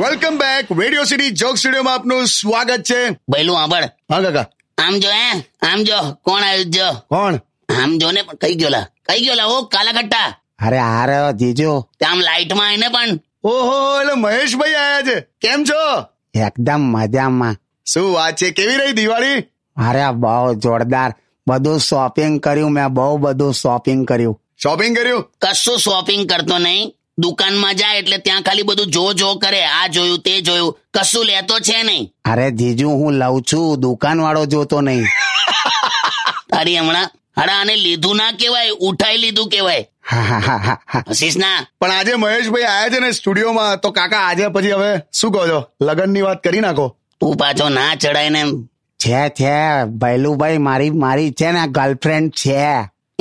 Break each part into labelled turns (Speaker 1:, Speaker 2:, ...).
Speaker 1: Welcome back radio city joke સ્ટુડિયોમાં આપનું સ્વાગત છે
Speaker 2: ભઈલું આંબળ
Speaker 1: હા કાકા
Speaker 2: આમ જો હે આમ જો કોણ આવ્યું જો
Speaker 1: કોણ
Speaker 2: આમ જો ને પણ કઈ ગયો લા કઈ ગયો લા ઓ કાલા કટ્ટા
Speaker 3: અરે આ રહ્યો જીજુ
Speaker 2: તે આમ લાઈટમાં આવીને પણ
Speaker 1: ઓહો એટલે મહેશભાઈ આયા છે કેમ છો
Speaker 3: એકદમ મજામાં
Speaker 1: શું વાત છે કેવી રહી દિવાળી
Speaker 3: અરે બહુ જોરદાર બધું શોપિંગ કર્યું મેં બહુ બધું શોપિંગ કર્યું
Speaker 1: શોપિંગ કર્યું
Speaker 2: કશું શોપિંગ કરતો નહીં દુકાનમાં જાય એટલે ત્યાં ખાલી બધું જો જો કરે આ જોયું તે જોયું કશું લેતો છે નહીં
Speaker 3: અરે જીજુ હું લઉં છું દુકાન વાળો જોતો નહીં
Speaker 2: તારી હમણાં હડા આને લીધું ના કહેવાય ઉઠાઈ લીધું કહેવાય
Speaker 3: હા, હા, હા, હા, હા.
Speaker 2: હસીશ ના
Speaker 1: પણ આજે મહેશભાઈ આયા છે ને સ્ટુડિયોમાં તો કાકા આજે પછી હવે શું કહો છો લગ્નની વાત કરી નાખો
Speaker 2: તું પાછો ના ચડાય ને એમ.
Speaker 3: છે છે ભૈલુભાઈ મારી મારી છે ને ગર્લફ્રેન્ડ છે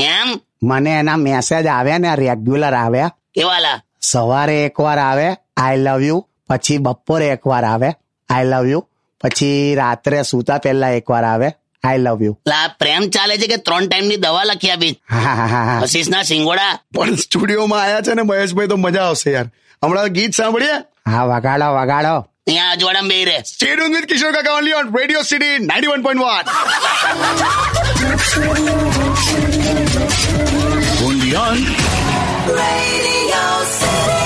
Speaker 2: એમ
Speaker 3: મને એના મેસેજ આવ્યા ને રેગ્યુલર આવ્યા
Speaker 2: કેવાલા
Speaker 3: સવારે એકવાર આવે આઈ લવ યુ પછી બપોરે એકવાર આવે આઈ લવ યુ પછી રાત્રે સૂતા પહેલા એકવાર આવે આઈ લવ યુ
Speaker 2: લા પ્રેમ ચાલે છે કે ત્રણ ટાઈમની દવા લખી આપી
Speaker 3: હા હા હા હા
Speaker 2: હસીશ ના સિંગોડા
Speaker 1: પણ સ્ટુડિયોમાં આયા છે ને મહેશભાઈ તો મજા આવશે યાર હમણાં ગીત સાંભળીએ
Speaker 3: હા વગાડો વગાડો
Speaker 2: અહીંયા અજવાડામાં બે રહે
Speaker 1: સ્ટેડ વિથ કિશોર કાકા only on radio city ninety one point one
Speaker 4: Radio City.